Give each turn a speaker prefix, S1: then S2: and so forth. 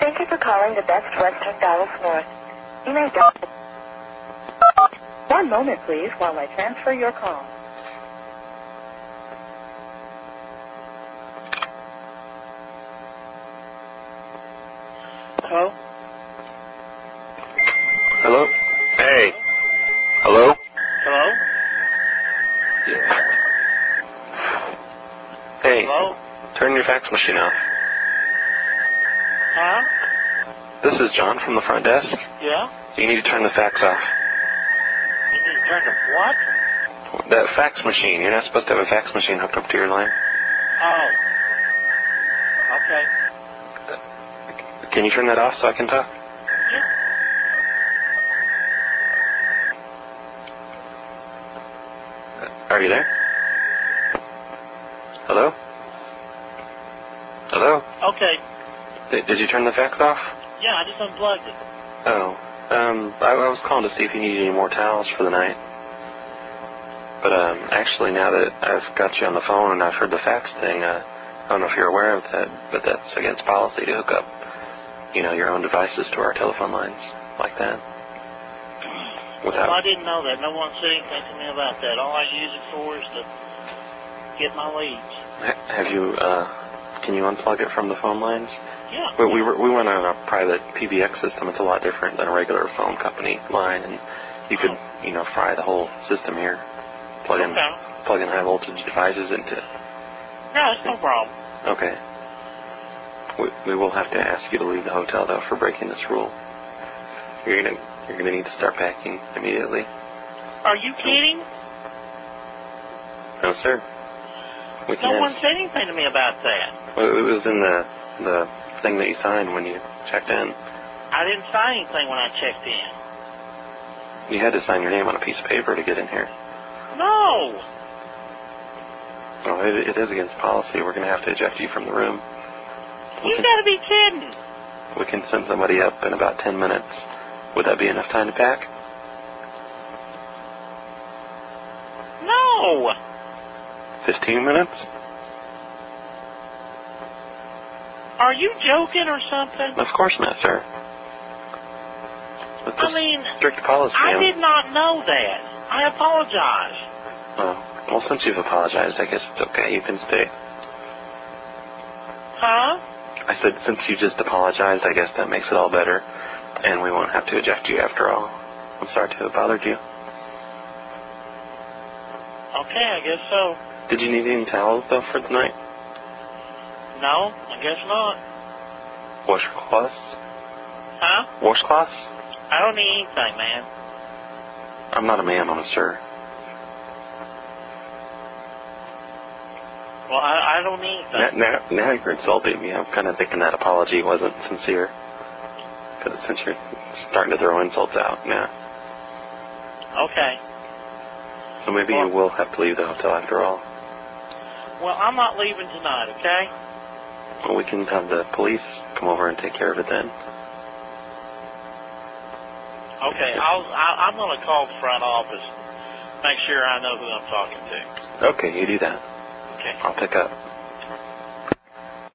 S1: Thank you for calling the Best Western Dallas North. You may dial. One moment, please, while I transfer your call. Hello?
S2: Hello? Hey. Hello?
S3: Hello?
S2: Yeah. Hey.
S3: Hello?
S2: Turn your fax machine off.
S3: Huh?
S2: This is John from the front desk.
S3: Yeah?
S2: You need to turn the fax off.
S3: You need to turn the what?
S2: That fax machine. You're not supposed to have a fax machine hooked up to your line.
S3: Oh. Okay.
S2: Can you turn that off so I can talk?
S3: Yeah.
S2: Are you there? Hello? Hello?
S3: Okay.
S2: Did, did you turn the fax off?
S3: Yeah, I just unplugged it.
S2: Oh. Um, I, I was calling to see if you needed any more towels for the night. But, um, actually, now that I've got you on the phone and I've heard the fax thing, uh, I don't know if you're aware of that, but that's against policy to hook up, you know, your own devices to our telephone lines like that.
S3: Well, I
S2: Without.
S3: didn't know that. No one said anything to me about that. All I use it for is to get my leads.
S2: Ha- Have you, uh, can you unplug it from the phone lines?
S3: Yeah.
S2: We, we, were, we went on a private PBX system. It's a lot different than a regular phone company line, and you could, you know, fry the whole system here. Plug in,
S3: Okay.
S2: plug in high voltage devices into.
S3: No, it's no problem.
S2: Okay. We, we will have to ask you to leave the hotel though for breaking this rule. You're gonna, you're gonna need to start packing immediately.
S3: Are you kidding?
S2: No, sir. We can
S3: No one
S2: ask.
S3: said anything to me about that.
S2: Well, It was in the the thing that you signed when you checked in.
S3: I didn't sign anything when I checked in.
S2: You had to sign your name on a piece of paper to get in here.
S3: No.
S2: Well, it, it is against policy. We're going to have to eject you from the room. We
S3: You
S2: can,
S3: gotta be kidding.
S2: we can send somebody up in about 10 minutes. Would that be enough time to pack?
S3: No.
S2: 15 minutes?
S3: Are you joking or something?
S2: Of course not, sir. It's a
S3: I mean,
S2: strict policy.
S3: I
S2: and-
S3: did not know that. I apologize.
S2: Oh, well, since you've apologized, I guess it's okay. You can stay.
S3: Huh?
S2: I said, since you just apologized, I guess that makes it all better. And we won't have to eject you after all. I'm sorry to have bothered you.
S3: Okay, I guess so.
S2: Did you need any towels, though, for the night?
S3: No, I guess not.
S2: Washcloths?
S3: Huh?
S2: Washcloths?
S3: I don't need anything, man.
S2: I'm not a man, I'm a sir.
S3: Well, I, I don't need
S2: Now,
S3: anything.
S2: now, now you're insulting me. I'm kind of thinking that apology wasn't sincere. 'Cause since you're starting to throw insults out now.
S3: Okay.
S2: So maybe you will have to leave the hotel after all.
S3: Well, I'm not leaving tonight, okay?
S2: Well, we can have the police come over and take care of it then.
S3: Okay, I'll, I, I'm going to call the front office, make sure I know who I'm talking to.
S2: Okay, you do that.
S3: Okay.
S2: I'll pick up.